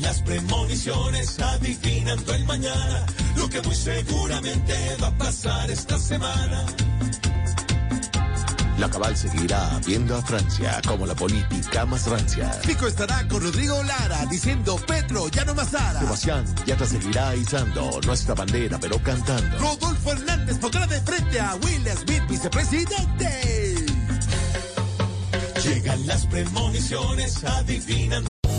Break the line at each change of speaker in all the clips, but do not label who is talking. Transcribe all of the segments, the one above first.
Las premoniciones adivinan tu el mañana, lo que muy seguramente va a pasar esta semana.
La Cabal seguirá viendo a Francia como la política más rancia.
Pico estará con Rodrigo Lara diciendo Petro, ya no más Sara.
Sebastián ya te seguirá izando nuestra bandera pero cantando.
Rodolfo Hernández pondrá de frente a Will Smith, vicepresidente.
Llegan las premoniciones, adivinan.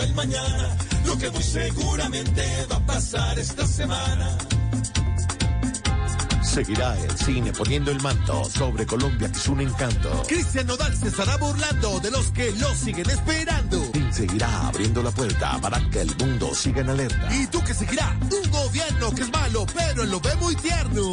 El mañana, lo que muy seguramente va a pasar esta semana.
Seguirá el cine poniendo el manto sobre Colombia que es un encanto.
Cristian Nodal se estará burlando de los que lo siguen esperando.
Tim seguirá abriendo la puerta para que el mundo siga en alerta.
Y tú que seguirá un gobierno que es malo, pero lo ve muy tierno.